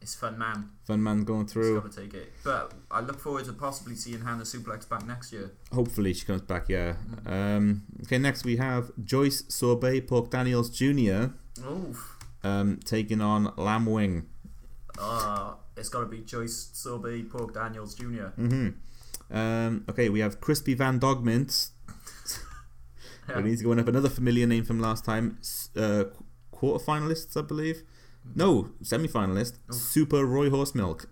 It's fun, man.
Fun Man going
He's
through.
got to take it. But I look forward to possibly seeing Hannah Suplex back next year.
Hopefully she comes back. Yeah. Um, okay. Next we have Joyce Sorbet Pork Daniels Jr.
Oof.
Um, taking on Lamb Wing.
Uh, it's got to be Joyce Sorbet Pork Daniels Jr.
hmm Um, okay, we have Crispy Van Dogmint.
Yeah.
We need to go and up another familiar name from last time. S- Uh, Quarter finalists, I believe. No, semi finalist. Super Roy Horse Milk.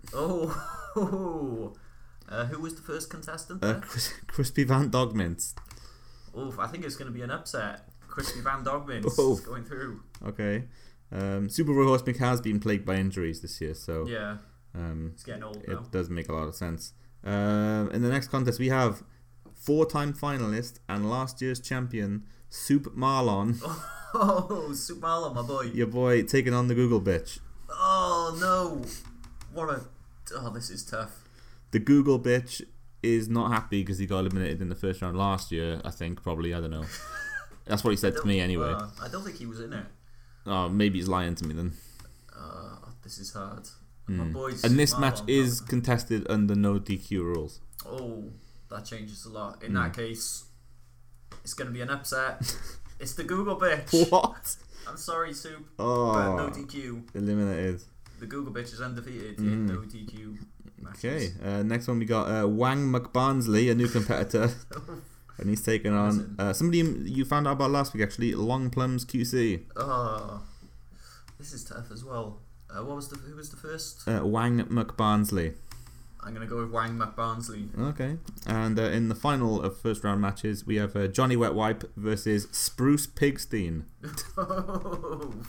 Oh. Uh, who was the first contestant
Uh,
there?
Cris- Crispy Van Dogmint. Uh.
Oof, I think it's going to be an upset. Crispy Van Dogman
Oh.
going through.
Okay. Um, Super Roy Horse Milk has been plagued by injuries this year, so
Yeah,
um,
he's getting old now.
it does make a lot of sense. Um, in the next contest, we have four time finalist and last year's champion, Soup Marlon.
Oh, Super Marlon, my boy.
Your boy taking on the Google bitch.
Oh, no. What a. Oh, this is tough.
The Google bitch is not happy because he got eliminated in the first round last year, I think, probably. I don't know. That's what he said to me anyway.
Uh, I don't think he was in it.
oh, maybe he's lying to me then. Hmm.
Uh, this is hard. My boy,
And this
Super
match
Marlon,
is contested under no DQ rules.
Oh, that changes a lot.
Hmm.
In that case, it's going to be an upset. it's the Google bitch.
What?
I'm sorry, Soup. But no
Oh,
DQ.
eliminated.
The Google bitch is undefeated in no DQ
Hmm. Okay,
matches.
uh, next one we got uh, Wang McBarnsley, a new competitor. and he's taking on
Listen.
uh, somebody you found out about last week, actually, Long Plums QC.
Oh, this is tough as well. Uh, what was the who was the first?
Uh, Wang McBarnsley.
I'm gonna go with Wang McBarnsley.
Okay. And uh, in the final of first round matches, we have uh, Johnny Wet Wipe versus Spruce Pigstein.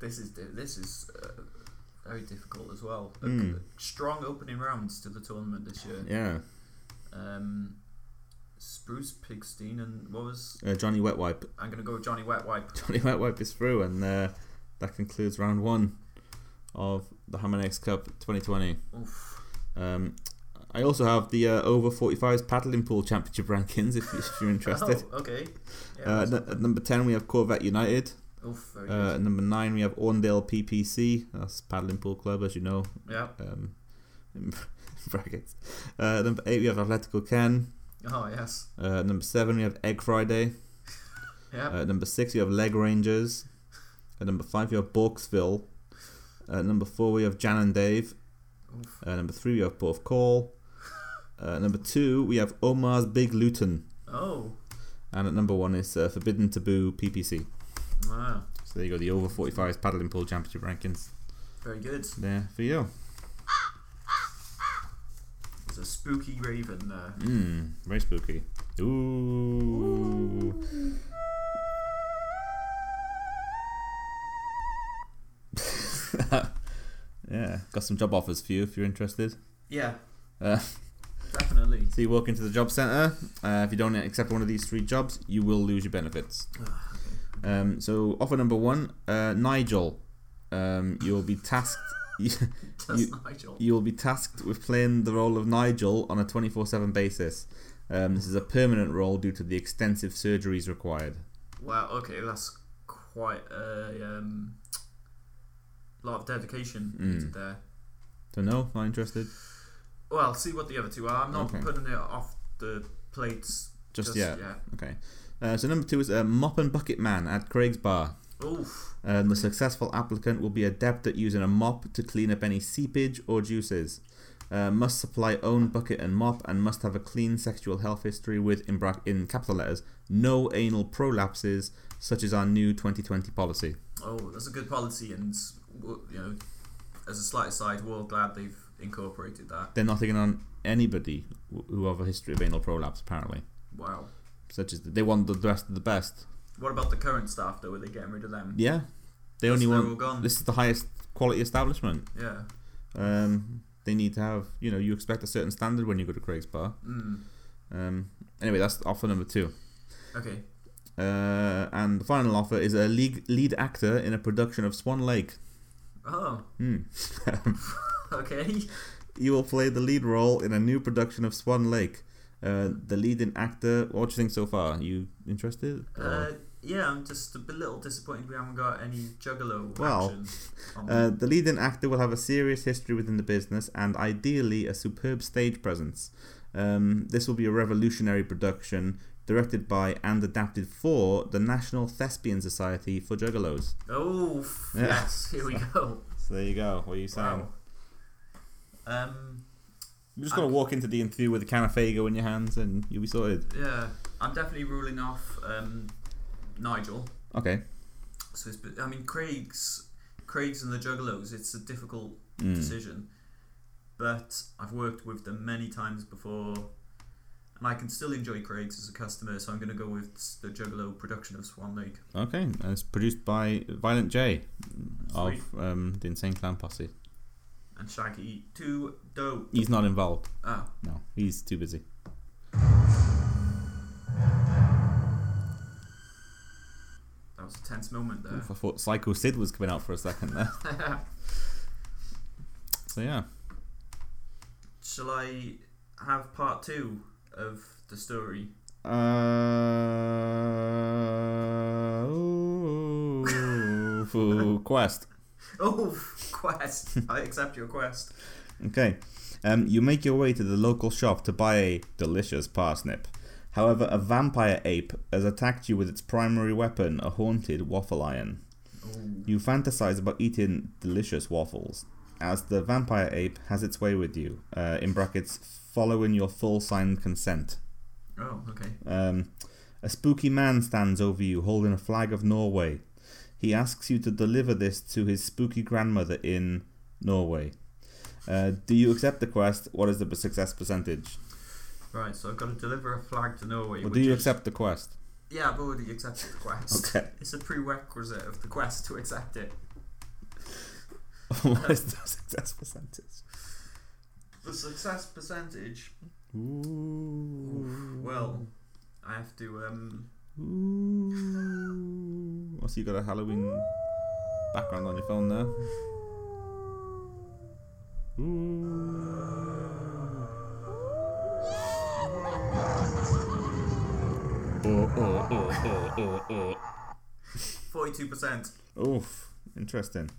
this is di- this is uh, very difficult as well. A-
Mm.
Strong opening rounds to the tournament this year.
Yeah.
Um, Spruce Pigstein and what was
Uh, Johnny Wet Wipe.
I'm gonna go with Johnny Wet Wipe.
Johnny Wet Wipe is through, and uh, that concludes round one of the Hammer X Cup 2020.
Oof.
Um, I also have the uh, over 45s paddling pool championship rankings if, you- if you're interested.
Oh, okay.
Uh,
Yeah,
n- at number 10, we have Corvette United.
Oof, very
Uh,
good.
at number 9, we have Orndale PPC. That's Paddling Pool Club, as you know.
Yeah.
Um, in brackets. Uh, number 8, we have Atletico Ken.
Oh yes.
Uh, number 7, we have Egg Friday.
Yeah.
Uh, At number 6, we have Leg Rangers. At number 5, we have Borksville. At number 4, we have Jan and Dave.
Oof.
Uh, number 3, we have Porth Call. Uh, number 2, we have Omar's Big Luton.
Oh.
And at number 1 is uh, Forbidden Taboo PPC.
Wow.
So there you go, the over 45s Paddling Pool Championship rankings
Very good.
there for you.
There's a spooky raven there.
Mmm, very spooky. Ooh. yeah, got some job offers for you if you're interested.
Yeah,
Uh,
definitely.
so you walk into the job centre. Uh, if you don't accept one of these three jobs, you will lose your benefits. Um, so offer number one, uh, Nigel. Um, you'll be tasked.
That's
You-
Nigel.
You'll be tasked with playing the role of Nigel on a 24 7 basis. Um, this is a permanent role due to the extensive surgeries required.
Wow. Okay, that's quite a um, lot of dedication
Hmm.
needed there.
So, no, not interested?
Well, I'll see what the other two are. I'm not
Okay.
putting it off the plates.
Just,
yeah.
yet. Okay. Uh, so, number two is uh, Mop and Bucket Man at Craig's Bar.
Oof.
Um, the successful applicant will be adept at using a mop to clean up any seepage or juices. Uh, must supply own bucket and mop and must have a clean sexual health history with, in, bra- in capital letters, no anal prolapses, such as our new 2020 policy.
Oh, that's a good policy, and s- w- you know, as a slight aside, we're all glad they've incorporated that.
They're not taking on anybody wh- who have a history of anal prolapse, apparently.
Wow.
Such as they want the best of the best.
What about the current staff though? Are they getting rid of them?
Yeah, they
Yes,
only
they're
want.
all gone.
This is the highest quality establishment.
Yeah.
Um, they need to have. You know, you expect a certain standard when you go to Craig's Bar.
Mm.
Um, anyway, that's offer number two.
Okay.
Uh, and the final offer is a lead, lead actor in a production of Swan Lake.
Oh.
Hmm.
Okay.
you will play the lead role in a new production of Swan Lake. Uh, the leading actor. What do you think so far? you interested?
Uh, yeah, I'm just a bit- little disappointed we haven't got any Juggalo
Well,
action. on
Uh, the leading actor will have a serious history within the business and ideally a superb stage presence. Um, this will be a revolutionary production directed by and adapted for the National Thespian Society for Juggalos.
Oh, f-
Yeah.
yes, here we go.
So there you go. What are you saying?
Wow. Um,
You just gotta walk into the interview with a can of Fago in your hands and you'll be sorted.
yeah, I'm definitely ruling off um, Nigel.
Okay.
So it's, I mean, Craig's, Craig's and the Juggalos. It's a difficult
Mm.
decision, but I've worked with them many times before, and I can still enjoy Craig's as a customer. So I'm going to go with s- the Juggalo production of Swan Lake.
Okay. And it's produced by Violent J of
Sweet.
um, the Insane Clown Posse.
and Shaggy too dope.
He's not involved.
Ah,
No, he's too busy.
that was a tense moment there.
I thought Psycho Sid was coming out for a second there. so yeah.
Shall I have part two of the story?
Uh, ooh, ooh, quest.
Oh, quest! I accept your quest.
Okay. Um, you make your way to the local shop to buy a delicious parsnip. However, a vampire ape has attacked you with its primary weapon, a haunted waffle iron.
Oh,
You fantasize about eating delicious waffles as the vampire ape has its way with you, uh, in brackets, following your full signed consent.
oh okay.
Um, a spooky man stands over you holding a flag of Norway. He asks you to deliver this to his spooky grandmother in Norway. Uh, do you accept the quest? What is the success percentage?
Right, so I've got to deliver a flag to Norway.
Or
which
do you
is-
accept the quest?
Yeah, I've already accepted the quest.
Okay.
It's a prerequisite of the quest to accept it.
what is the success percentage?
The success percentage.
Ooh.
Well, I have to. Um,
Ooh. Also, you Mm. got a Halloween background on your phone there.
forty-two percent.
Oof, interesting.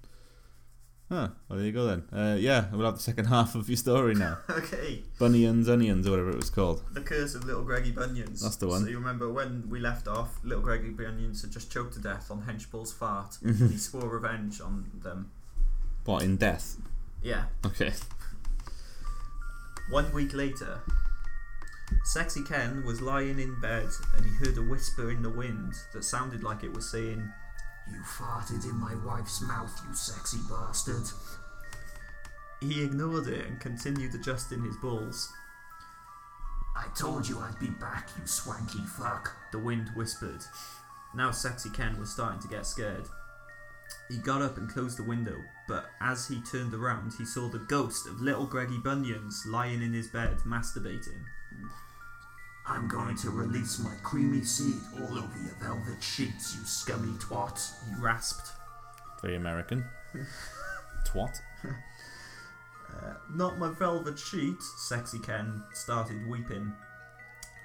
Huh. Well, there you go then. Uh, yeah, we'll have the second half of your story now.
Okay.
Bunions, onions, or whatever it was called.
The Curse of Little Greggy Bunions.
That's the one.
So you remember when we left off, Little Greggy Bunions had just choked to death on Henchball's fart. and he swore revenge on them.
What in death?
Yeah.
Okay.
One week later, Sexy Ken was lying in bed and he heard a whisper in the wind that sounded like it was saying,
You farted in my wife's mouth, you sexy bastard.
He ignored it and continued adjusting his balls.
I told you I'd be back, you swanky fuck.
The wind whispered. Now Sexy Ken was starting to get scared. He got up and closed the window, but as he turned around, he saw the ghost of little Greggy Bunions lying in his bed masturbating.
I'm going to release my creamy seed all over your velvet sheets, you scummy twat.
He rasped.
Very American. Twat.
Uh, Not my velvet sheet, Sexy Ken started weeping.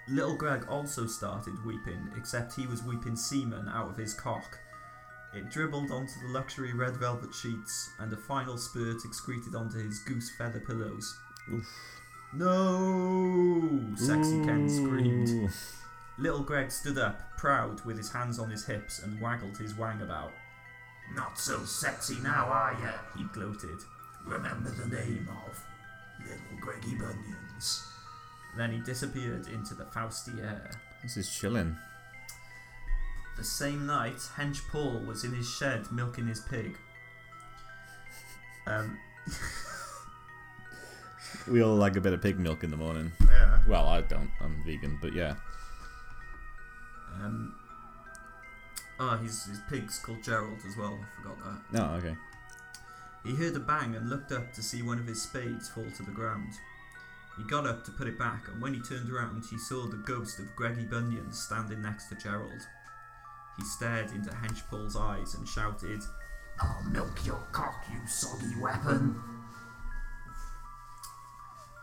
Little Greg also started weeping, except he was weeping semen out of his cock. It dribbled onto the luxury red velvet sheets, and a final spurt excreted onto his goose feather pillows. No! Sexy Ken screamed.
Ooh.
Little Greg stood up, proud, with his hands on his hips, and waggled his wang about.
Not so sexy now, are ya?
He gloated.
Remember the name of Little Greggy Bunions.
Then he disappeared into the Fausti air.
This is chilling.
The same night, Hench Paul was in his shed milking his pig. Um,
We all like a bit of pig milk in the morning.
yeah.
Well, I don't. I'm vegan, but yeah.
Um, oh, his, his pig's called Gerald as well, I forgot that.
No, okay.
He heard a bang and looked up to see one of his spades fall to the ground. He got up to put it back, and when he turned around, he saw the ghost of Greggy Bunyan standing next to Gerald. He stared into Hench Paul's eyes and shouted,
I'll milk your cock, you soggy weapon.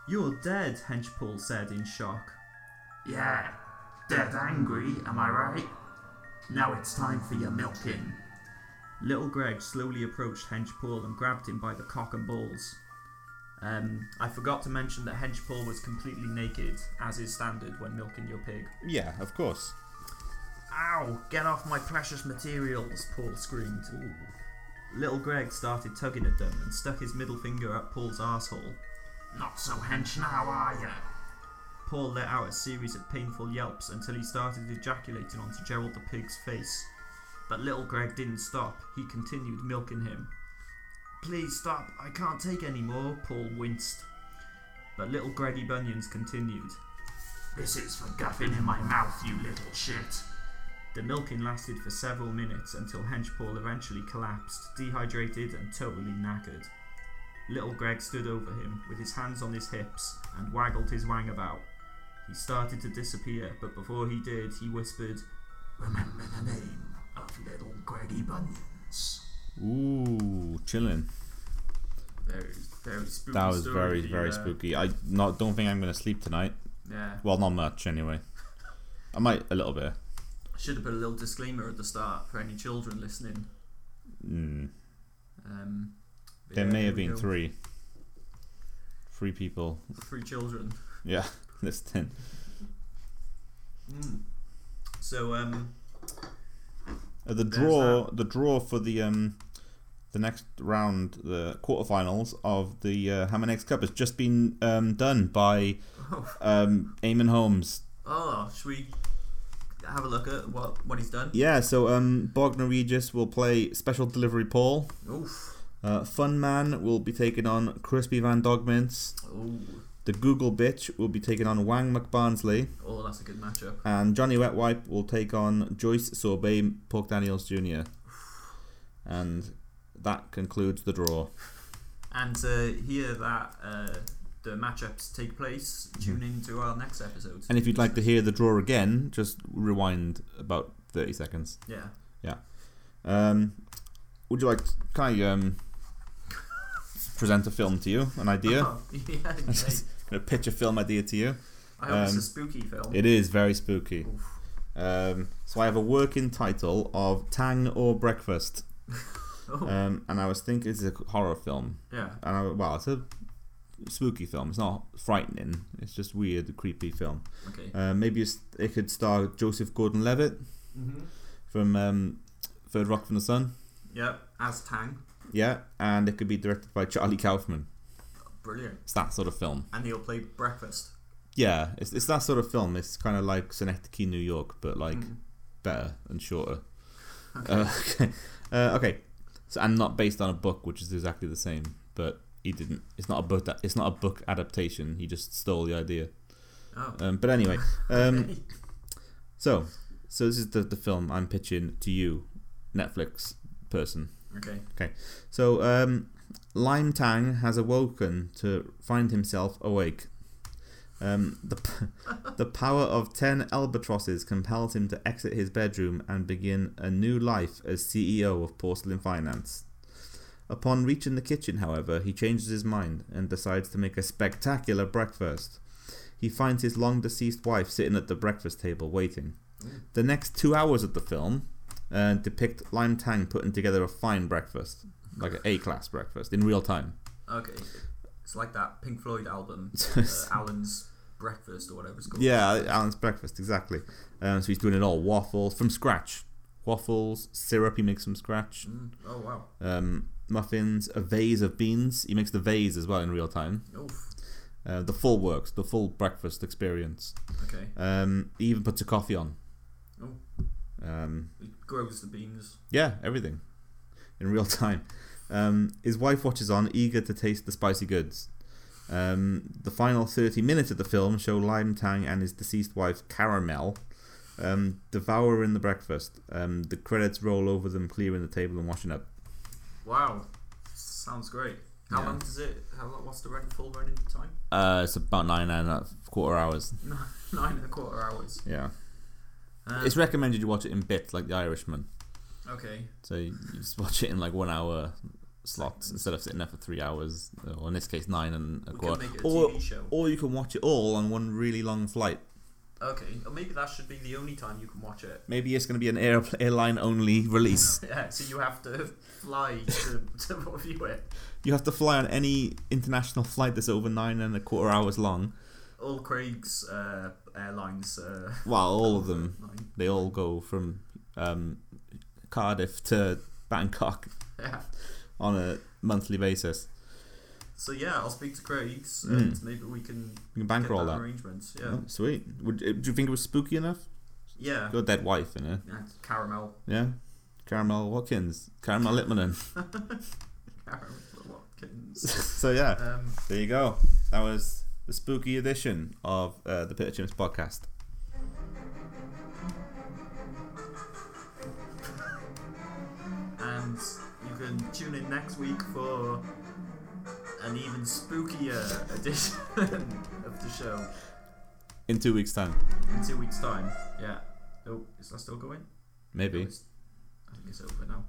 You're dead, Henchpool said in shock.
Yeah, dead angry, am I right? Now it's time for your milking.
Little Greg slowly approached Henchpool and grabbed him by the cock and balls. Um, I forgot to mention that Henchpool was completely naked, as is standard when milking your pig.
Yeah, of course.
Ow! Get off my precious materials! Paul screamed. Little Greg started tugging at them and stuck his middle finger up Paul's arsehole.
Not so hench now, are ya?
Paul let out a series of painful yelps until he started ejaculating onto Gerald the pig's face. But little Greg didn't stop, he continued milking him. Please stop, I can't take any more, Paul winced. But little Greggy Bunions continued.
This is for guffing in my mouth, you little shit.
The milking lasted for several minutes until Hench Paul eventually collapsed, dehydrated and totally knackered. Little Greg stood over him with his hands on his hips and waggled his wang about. He started to disappear, but before he did, he whispered,
Remember the name of little Greggy Bunions.
Ooh, chilling.
"Very, very spooky."
That was
story
very,
for you
very
there."
spooky. I not don't think I'm gonna sleep tonight.
Yeah,
Well, not much anyway. I might a little bit.
I should have put a little disclaimer at the start for any children listening.
Mm.
Um, but
There
yeah,
may
here
have
we
been
go.
three. Three people.
three children.
Yeah, listen.
So um,
Uh, the draw, the draw for the um, the next round, the quarterfinals of the uh, Hammer and Eggs Cup has just been um, done by um, Eamon Holmes.
oh, should we have a look at what what he's done?
Yeah, so um, Bogner Regis will play Special Delivery Paul.
Oof.
Uh, Fun Man will be taking on Crispy Van Dogmints.
Oh,
The Google Bitch will be taking on Wang McBarnsley.
oh, that's a good matchup.
And Johnny Wetwipe will take on Joyce Sorbet Pork Daniels Jr. And that concludes the draw.
And to hear that uh, the matchups take place, tune in to our next episode.
Mm-hmm. And if you'd like to hear the draw again, just rewind about 30 seconds.
yeah.
Um, would you like, can I um, present a film to you? An idea?
Oh, yeah. great.
I'm going to pitch a film idea to you.
I hope it's
Um,
a spooky film.
It is very spooky. Um, so I have a working title of Tang or Breakfast.
Oh.
Um, and I was thinking it's a horror film.
yeah.
and I, well, it's a spooky film. It's not frightening. It's just weird, creepy film.
Okay.
Uh, maybe it's, it could star Joseph Gordon-Levitt
Mm-hmm.
from um, Third Rock from the Sun.
Yep. As Tang.
Yeah, and it could be directed by Charlie Kaufman.
Brilliant.
It's that sort of film.
And he'll play breakfast.
Yeah, it's, it's that sort of film. It's kind of like Synecdoche, New York, but like
Mm.
better and shorter. Uh, okay. Uh, okay. So and not based on a book, which is exactly the same, but he didn't. It's not a book. That, it's not a book adaptation. He just stole the idea.
Oh.
Um, but anyway, um, so so this is the, the film I'm pitching to you, Netflix person.
Okay.
Okay, so um, Lime Tang has awoken to find himself awake. Um, the p- the power of ten albatrosses compels him to exit his bedroom and begin a new life as CEO of Porcelain Finance. Upon reaching the kitchen, however, he changes his mind and decides to make a spectacular breakfast. He finds his long deceased wife sitting at the breakfast table waiting. The next two hours of the film uh, depict Lime Tang putting together a fine breakfast, like an A class breakfast, in real time.
Okay. It's like that Pink Floyd album, uh, Alan's Breakfast or whatever it's called.
Yeah, Alan's breakfast, exactly. Um, so he's doing it all waffles from scratch. Waffles, syrup he makes from scratch,
Mm. Oh wow.
um, muffins, a vase of beans. He makes the vase as well in real time.
Oof.
Uh, the full works, the full breakfast experience.
Okay.
Um, he even puts a coffee on.
Oh.
Um,
He grows the beans.
Yeah, everything in real time. Um, his wife watches on, eager to taste the spicy goods. Um, the final 30 minutes of the film show Lime Tang and his deceased wife, Caramel, um, devouring the breakfast. Um, the credits roll over them, clearing the table and washing up.
Wow. Sounds great. How
Yeah.
long does it? How long? What's the run, full running time?
Uh, it's about nine and a quarter hours.
Nine and a quarter hours.
Yeah.
Uh,
It's recommended you watch it in bits, like The Irishman.
okay.
So you you just watch it in like one hour slots instead of sitting there for three hours, or in this case, nine and a
We could
quarter.
make it a
or,
TV show.
or you can watch it all on one really long flight.
Okay, or maybe that should be the only time you can watch it.
Maybe it's going to be an air- airline only release.
Yeah, so you have to fly to, to view it.
You have to fly on any international flight that's over nine and a quarter hours long.
All Craig's uh, airlines. Uh,
Well, all of them.
line.
They all go from um, Cardiff to Bangkok
yeah.
on a monthly basis.
So yeah, I'll speak to Craig's
Mm.
and maybe we can
We
get
can bankroll
that
that.
arrangements. Yeah,
Oh, sweet. Would, do you think it was spooky enough?
yeah.
Got a dead wife in it.
Yeah, Caramel.
Yeah. Caramel Watkins. Caramel Lipmanen.
Caramel Watkins.
so, yeah.
Um,
There you go. That was the spooky edition of uh, the Peter Chimps podcast.
and you can tune in next week for an even spookier edition of the show
In two weeks' time,
in two weeks' time. Yeah. Oh, is that still going?
maybe.
It's- I think it's over now.